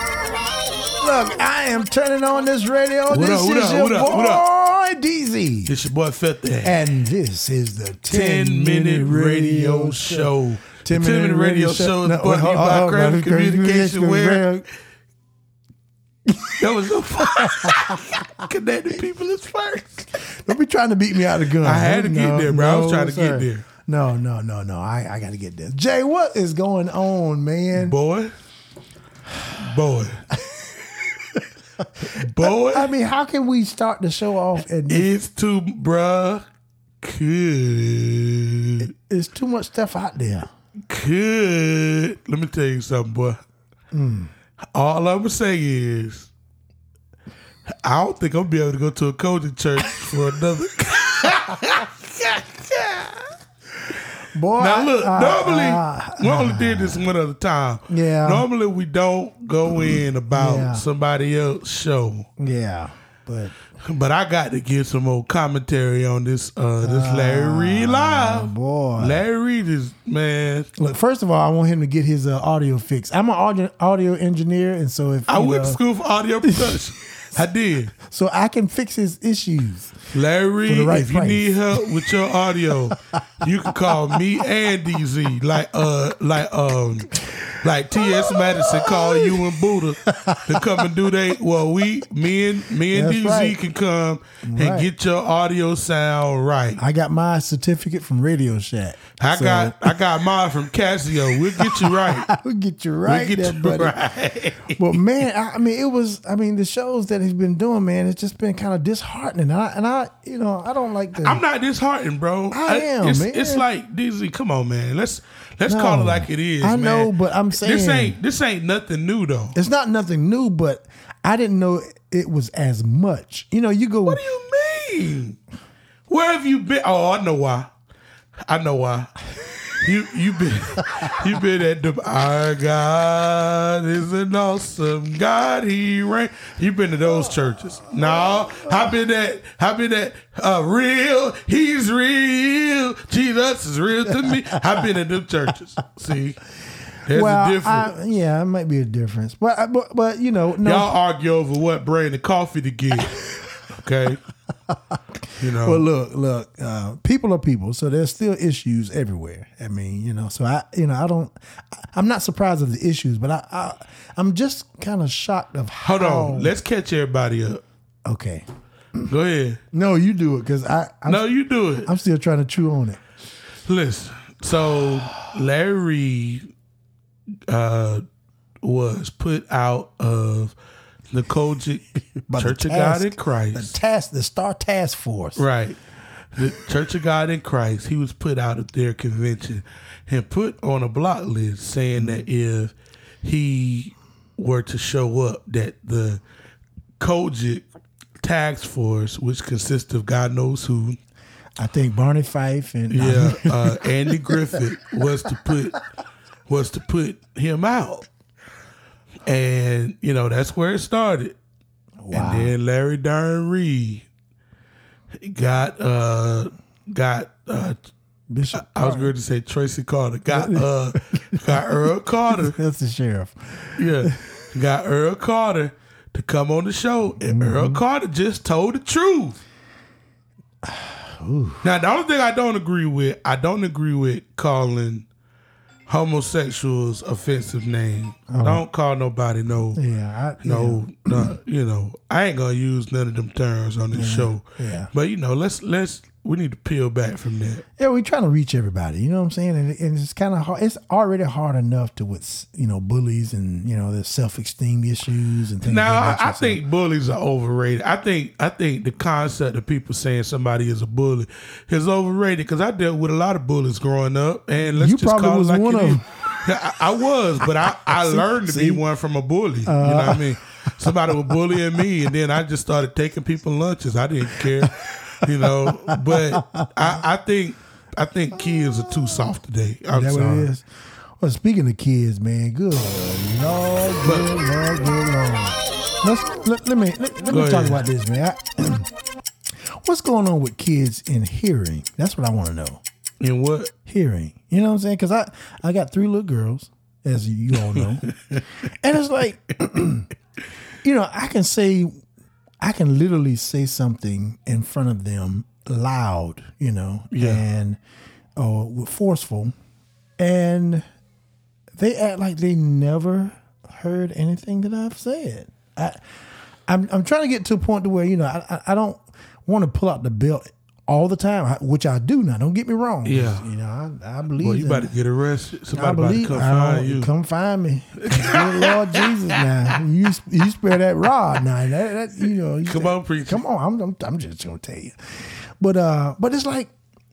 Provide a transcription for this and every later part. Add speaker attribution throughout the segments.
Speaker 1: Look, I am turning on this radio.
Speaker 2: What
Speaker 1: this
Speaker 2: up, what
Speaker 1: is
Speaker 2: up,
Speaker 1: your
Speaker 2: what up,
Speaker 1: boy
Speaker 2: what
Speaker 1: DZ.
Speaker 2: It's your boy Felt That.
Speaker 1: And this is the 10,
Speaker 2: 10 minute radio show. 10 minute radio show is
Speaker 1: No,
Speaker 2: brought to you
Speaker 1: hold-
Speaker 2: by
Speaker 1: hold- hold-
Speaker 2: Craft Communication
Speaker 1: hold-
Speaker 2: Where. That was so fun. Connecting people is first.
Speaker 1: Don't be trying to beat me out of gun.
Speaker 2: I had to get there, bro. I was trying to get
Speaker 1: sir.
Speaker 2: there.
Speaker 1: No, no, no, no. I, I got to get there. Jay, what is going on, man?
Speaker 2: Boy. Boy. Boy.
Speaker 1: I mean, how can we start the show off? And
Speaker 2: it's too, bruh. Good.
Speaker 1: it's too much stuff out there.
Speaker 2: Good. Let me tell you something, boy. Mm. All I'm going to say is, I don't think I'm going to be able to go to a coaching church for another.
Speaker 1: Boy,
Speaker 2: Now look,
Speaker 1: I-
Speaker 2: normally
Speaker 1: I-
Speaker 2: we only did this one other time.
Speaker 1: uh, Yeah.
Speaker 2: Normally we don't go in about
Speaker 1: Yeah.
Speaker 2: somebody else's show,
Speaker 1: yeah, but
Speaker 2: but I got to give some old commentary on this. Uh, this Larry Reed live.
Speaker 1: Ah, boy.
Speaker 2: Larry Reed is man.
Speaker 1: Look, first of all, I want him to get his uh, audio fixed. I'm an audio, audio engineer, and so if
Speaker 2: I
Speaker 1: you
Speaker 2: went
Speaker 1: know,
Speaker 2: to school for audio production. I did.
Speaker 1: so I can fix his issues.
Speaker 2: Larry,
Speaker 1: the right
Speaker 2: if you
Speaker 1: price.
Speaker 2: need help with your audio, you can call me and DZ. Like uh like um like T.S. Madison call you and Buddha to come and do they well we me and me and
Speaker 1: That's
Speaker 2: DZ
Speaker 1: right.
Speaker 2: can come and
Speaker 1: Right.
Speaker 2: get your audio sound right.
Speaker 1: I got my certificate from Radio Shack.
Speaker 2: I
Speaker 1: So,
Speaker 2: got I got mine from Casio. We'll get you right.
Speaker 1: I'll get you
Speaker 2: We'll
Speaker 1: right
Speaker 2: get
Speaker 1: there,
Speaker 2: you
Speaker 1: buddy.
Speaker 2: right.
Speaker 1: But man, I, I mean, it was. I mean, the shows that he's been doing, man, it's just been kind of disheartening. And I, and I, you know, I don't like the.
Speaker 2: I'm not disheartened, bro.
Speaker 1: I am,
Speaker 2: It's,
Speaker 1: man.
Speaker 2: it's like DZ. Come on, man. Let's let's call
Speaker 1: No.
Speaker 2: it like it is.
Speaker 1: I
Speaker 2: man.
Speaker 1: know, but I'm
Speaker 2: this
Speaker 1: saying-
Speaker 2: ain't this ain't nothing new though.
Speaker 1: it's not nothing new, but I didn't know it was as much. You know, you go.
Speaker 2: What do you mean? Where have you been? Oh, I know why. I know why. You you been you been at the our God is an awesome God He reign. You been to those churches? No, I been at I been at uh, real. He's real. Jesus is real to me. I been at them churches. See, there's
Speaker 1: well,
Speaker 2: a difference.
Speaker 1: I, yeah, it might be a difference, but I- but, but you know, no.
Speaker 2: Y'all argue over what brand of coffee to get. Okay, you know.
Speaker 1: But look, look, uh, people are people, so there's still issues everywhere. I mean, you know, so I, you know, I don't, I- I'm not surprised of the issues, but I, I I'm just kind of shocked of how.
Speaker 2: Hold on. Let's catch everybody up.
Speaker 1: Okay.
Speaker 2: Go ahead.
Speaker 1: No, you do it because I, I'm,
Speaker 2: No, you do it.
Speaker 1: I'm still trying to chew on it.
Speaker 2: Listen. So Larry uh, was put out of the Kojic
Speaker 1: By the
Speaker 2: Church of God
Speaker 1: task-
Speaker 2: in Christ.
Speaker 1: The task, the Star Task Force.
Speaker 2: right. The Church of God in Christ. He was put out of their convention and put on a block list saying that if he were to show up, that the Kojic tax force, which consists of God knows who,
Speaker 1: I think Barney Fife and
Speaker 2: Yeah, uh, Andy Griffith was to put was to put him out, and you know that's where it started.
Speaker 1: Wow.
Speaker 2: And then Larry Darn Reed got uh got uh,
Speaker 1: Bishop.
Speaker 2: I was going to say Tracy Carter got uh got Earl Carter
Speaker 1: That's the sheriff.
Speaker 2: yeah got Earl Carter to come on the show, and
Speaker 1: Mm-hmm.
Speaker 2: Earl Carter just told the truth. Now the only thing I don't agree with, I don't agree with calling homosexuals offensive name. Don't call nobody no
Speaker 1: Oh. Yeah. I,
Speaker 2: no, no, you know, I ain't gonna use none of them terms on this show.
Speaker 1: yeah.
Speaker 2: But you know, let's let's we need to peel back from that.
Speaker 1: Yeah, we're trying to reach everybody. You know what I'm saying? And, and it's kind of hard. It's already hard enough to with you know bullies and you know their self esteem issues and things.
Speaker 2: Now
Speaker 1: like that.
Speaker 2: I, I
Speaker 1: So-
Speaker 2: think bullies are overrated. I think I think the concept of people saying somebody is a bully is overrated because I dealt with a lot of bullies growing up, and let's
Speaker 1: You
Speaker 2: just
Speaker 1: probably
Speaker 2: call
Speaker 1: was
Speaker 2: it like
Speaker 1: one
Speaker 2: it
Speaker 1: of
Speaker 2: is.
Speaker 1: them.
Speaker 2: I, I was, but I, I learned to
Speaker 1: see? Uh.
Speaker 2: be one from a bully. you know what I mean? Somebody was bullying me, and then I just started taking people lunches. I didn't care. you know. But I, I think I think kids are too soft today. I'm
Speaker 1: That what
Speaker 2: sorry.
Speaker 1: it is. Well, speaking of kids, man, good lord, good lord, good lord. Let's let, let me let, let
Speaker 2: Go
Speaker 1: me talk
Speaker 2: ahead.
Speaker 1: about this, man. I, what's going on with kids in hearing? That's what I want to know.
Speaker 2: And what?
Speaker 1: Hearing, you know what I'm saying? Because I I got three little girls, as you all know, and it's like, you know, I can say, I can literally say something in front of them loud, you know,
Speaker 2: Yeah.
Speaker 1: and or forceful, and they act like they never heard anything that I've said. I, I'm I'm trying to get to a point to where you know I I, I don't want to pull out the belt all the time, I- which I do now. Don't get me wrong.
Speaker 2: Yeah.
Speaker 1: you know I, I believe.
Speaker 2: Well, you
Speaker 1: in-
Speaker 2: about to get arrested.
Speaker 1: I
Speaker 2: Somebody about to
Speaker 1: believe.
Speaker 2: come
Speaker 1: I
Speaker 2: find
Speaker 1: don't-
Speaker 2: you.
Speaker 1: Come find me, Good Lord Jesus! Now you you spare that rod now. That, that you know. You
Speaker 2: Come
Speaker 1: say,
Speaker 2: on, preacher.
Speaker 1: Come on, I'm, I'm I'm just gonna tell you, but uh, but it's like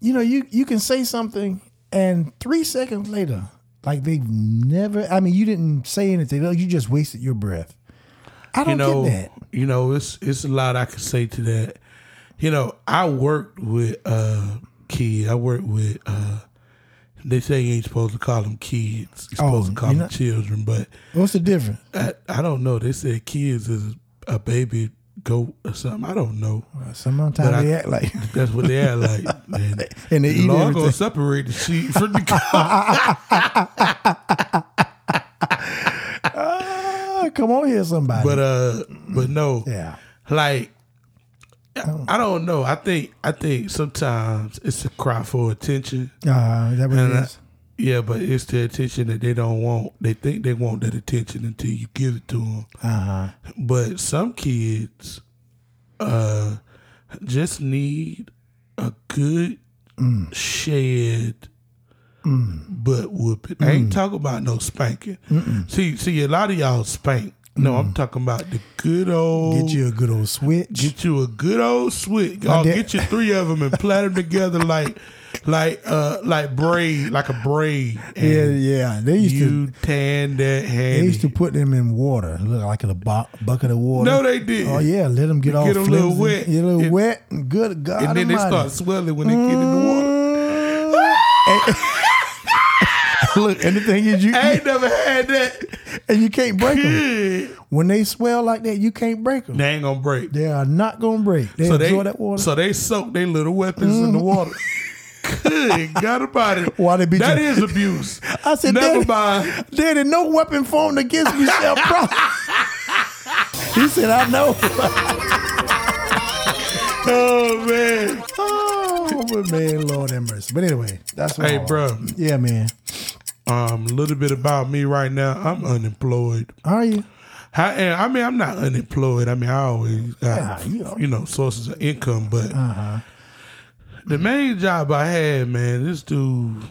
Speaker 1: you know you you can say something and three seconds later, like they've never. I mean, you didn't say anything. You just wasted your breath. I don't
Speaker 2: you know,
Speaker 1: get that.
Speaker 2: you know, it's it's a lot I could say to that. You know, I worked with uh kids. I worked with uh they say you ain't supposed to call them kids. You're
Speaker 1: Oh,
Speaker 2: supposed to call
Speaker 1: you're
Speaker 2: them
Speaker 1: not-
Speaker 2: children, but
Speaker 1: What's the difference?
Speaker 2: I, I don't know. They said kids is a baby goat or something. I don't know. But I-
Speaker 1: Uh, Sometimes they act like
Speaker 2: That's what they are like. And,
Speaker 1: And they eat
Speaker 2: Lord
Speaker 1: everything.
Speaker 2: gonna separate the sheep from the cow.
Speaker 1: ah, come on here, somebody.
Speaker 2: but uh, but no,
Speaker 1: yeah, Oh.
Speaker 2: like I I don't know. I think I think sometimes it's a cry for attention.
Speaker 1: uh, is that what
Speaker 2: And
Speaker 1: it
Speaker 2: I-
Speaker 1: is.
Speaker 2: yeah, but it's the attention that they don't want. They think they want that attention until you give it to them.
Speaker 1: Uh huh.
Speaker 2: But some kids uh just need a good
Speaker 1: Mm.
Speaker 2: shed butt whooping. I
Speaker 1: Mm.
Speaker 2: ain't talking about no spanking. See, see, a lot of y'all spank. No, I'm talking about the good old
Speaker 1: Get you a good old switch.
Speaker 2: Get you a good old switch. I'll
Speaker 1: dad-
Speaker 2: get you three of them and plait them together like, like, uh, like braid, like a braid.
Speaker 1: Yeah,
Speaker 2: And
Speaker 1: yeah. They used to
Speaker 2: You tan that
Speaker 1: they
Speaker 2: handy.
Speaker 1: used to put them in water, look like in a bo- bucket of water.
Speaker 2: no, they did.
Speaker 1: Oh yeah, let them get all
Speaker 2: Get 'em a little
Speaker 1: flimsy.
Speaker 2: wet.
Speaker 1: Get a little
Speaker 2: And-
Speaker 1: wet. and Good God,
Speaker 2: and then they
Speaker 1: Almighty.
Speaker 2: start swelling when they get in the water.
Speaker 1: Look, and the thing is, you
Speaker 2: I ain't never had that.
Speaker 1: and you can't break them
Speaker 2: They
Speaker 1: when they swell like that. You can't break them.
Speaker 2: ain't gonna break.
Speaker 1: They are not gonna break. They
Speaker 2: So
Speaker 1: absorb
Speaker 2: they,
Speaker 1: that water.
Speaker 2: so they soak their little weapons in the water. Good God about it.
Speaker 1: Mm-hmm. Why they beat
Speaker 2: That
Speaker 1: you?
Speaker 2: is abuse.
Speaker 1: I said,
Speaker 2: never
Speaker 1: Daddy,
Speaker 2: mind.
Speaker 1: Daddy, no weapon formed against me shall prosper. he said, I know.
Speaker 2: Oh man.
Speaker 1: oh, but man, Lord have mercy. But anyway, that's what
Speaker 2: Hey,
Speaker 1: I-
Speaker 2: bro.
Speaker 1: Yeah, man.
Speaker 2: Um, a little bit about me right now. I'm unemployed.
Speaker 1: Are you?
Speaker 2: I, and, I mean, I'm not unemployed. I mean, I always
Speaker 1: Yeah,
Speaker 2: got
Speaker 1: you Uh-huh. are.
Speaker 2: you know sources of income, but the main job I had, man, this dude.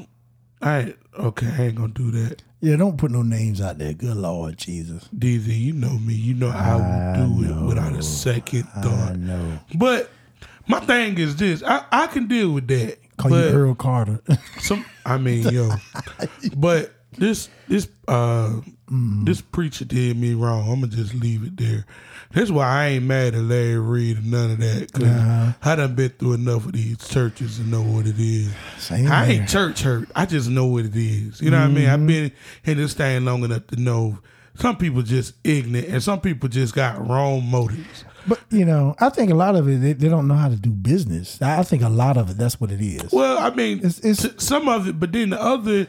Speaker 2: I okay, I ain't gonna do that.
Speaker 1: Yeah, don't put no names out there. Good Lord Jesus.
Speaker 2: DZ, you know me. You know I would do it without a second
Speaker 1: I
Speaker 2: thought.
Speaker 1: know.
Speaker 2: But my thing is this: I, I can deal with that.
Speaker 1: Call
Speaker 2: but
Speaker 1: you Earl Carter.
Speaker 2: Some, I mean, yo, but this this uh this preacher did me wrong. I'm gonna just leave it there. That's why I ain't mad at Larry Reed or none of that. Cause I done been through enough of these churches to know what it is.
Speaker 1: Same here.
Speaker 2: I
Speaker 1: Mm-hmm.
Speaker 2: ain't church hurt. I just know what it is. You know what I mean? I've been in this thing long enough to know some people just ignorant and some people just got wrong motives.
Speaker 1: but you know, I think a lot of it they, they don't know how to do business. I I think a lot of it that's what it is.
Speaker 2: Well, I mean,
Speaker 1: It's- it's-
Speaker 2: to- some of it, but then the other,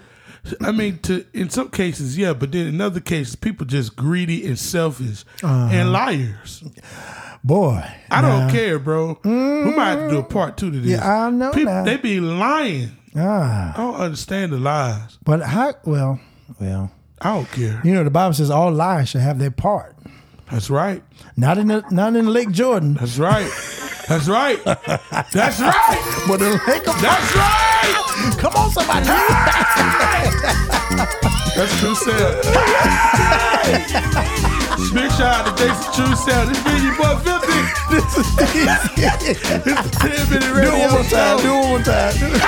Speaker 2: I mean, to in some cases, yeah, but then in other cases, people just greedy and selfish
Speaker 1: Uh-huh.
Speaker 2: and liars.
Speaker 1: Boy,
Speaker 2: I don't care, bro. We might have to do a part two to this.
Speaker 1: Yeah, I know
Speaker 2: People,
Speaker 1: now.
Speaker 2: they be lying.
Speaker 1: ah,
Speaker 2: I don't understand the lies.
Speaker 1: but how? Well, well,
Speaker 2: I don't care.
Speaker 1: you know, the Bible says all liars shall have their part.
Speaker 2: That's right.
Speaker 1: Not in the not in Lake Jordan,
Speaker 2: That's right. That's right. That's right.
Speaker 1: but in Lake. Of,
Speaker 2: That's right.
Speaker 1: come on, somebody!
Speaker 2: That's True Sale. Big shout out to Jason True Sale. This been your boy 50.
Speaker 1: do
Speaker 2: 10 minute radio
Speaker 1: it one more time.
Speaker 2: show.
Speaker 1: Do it one more time.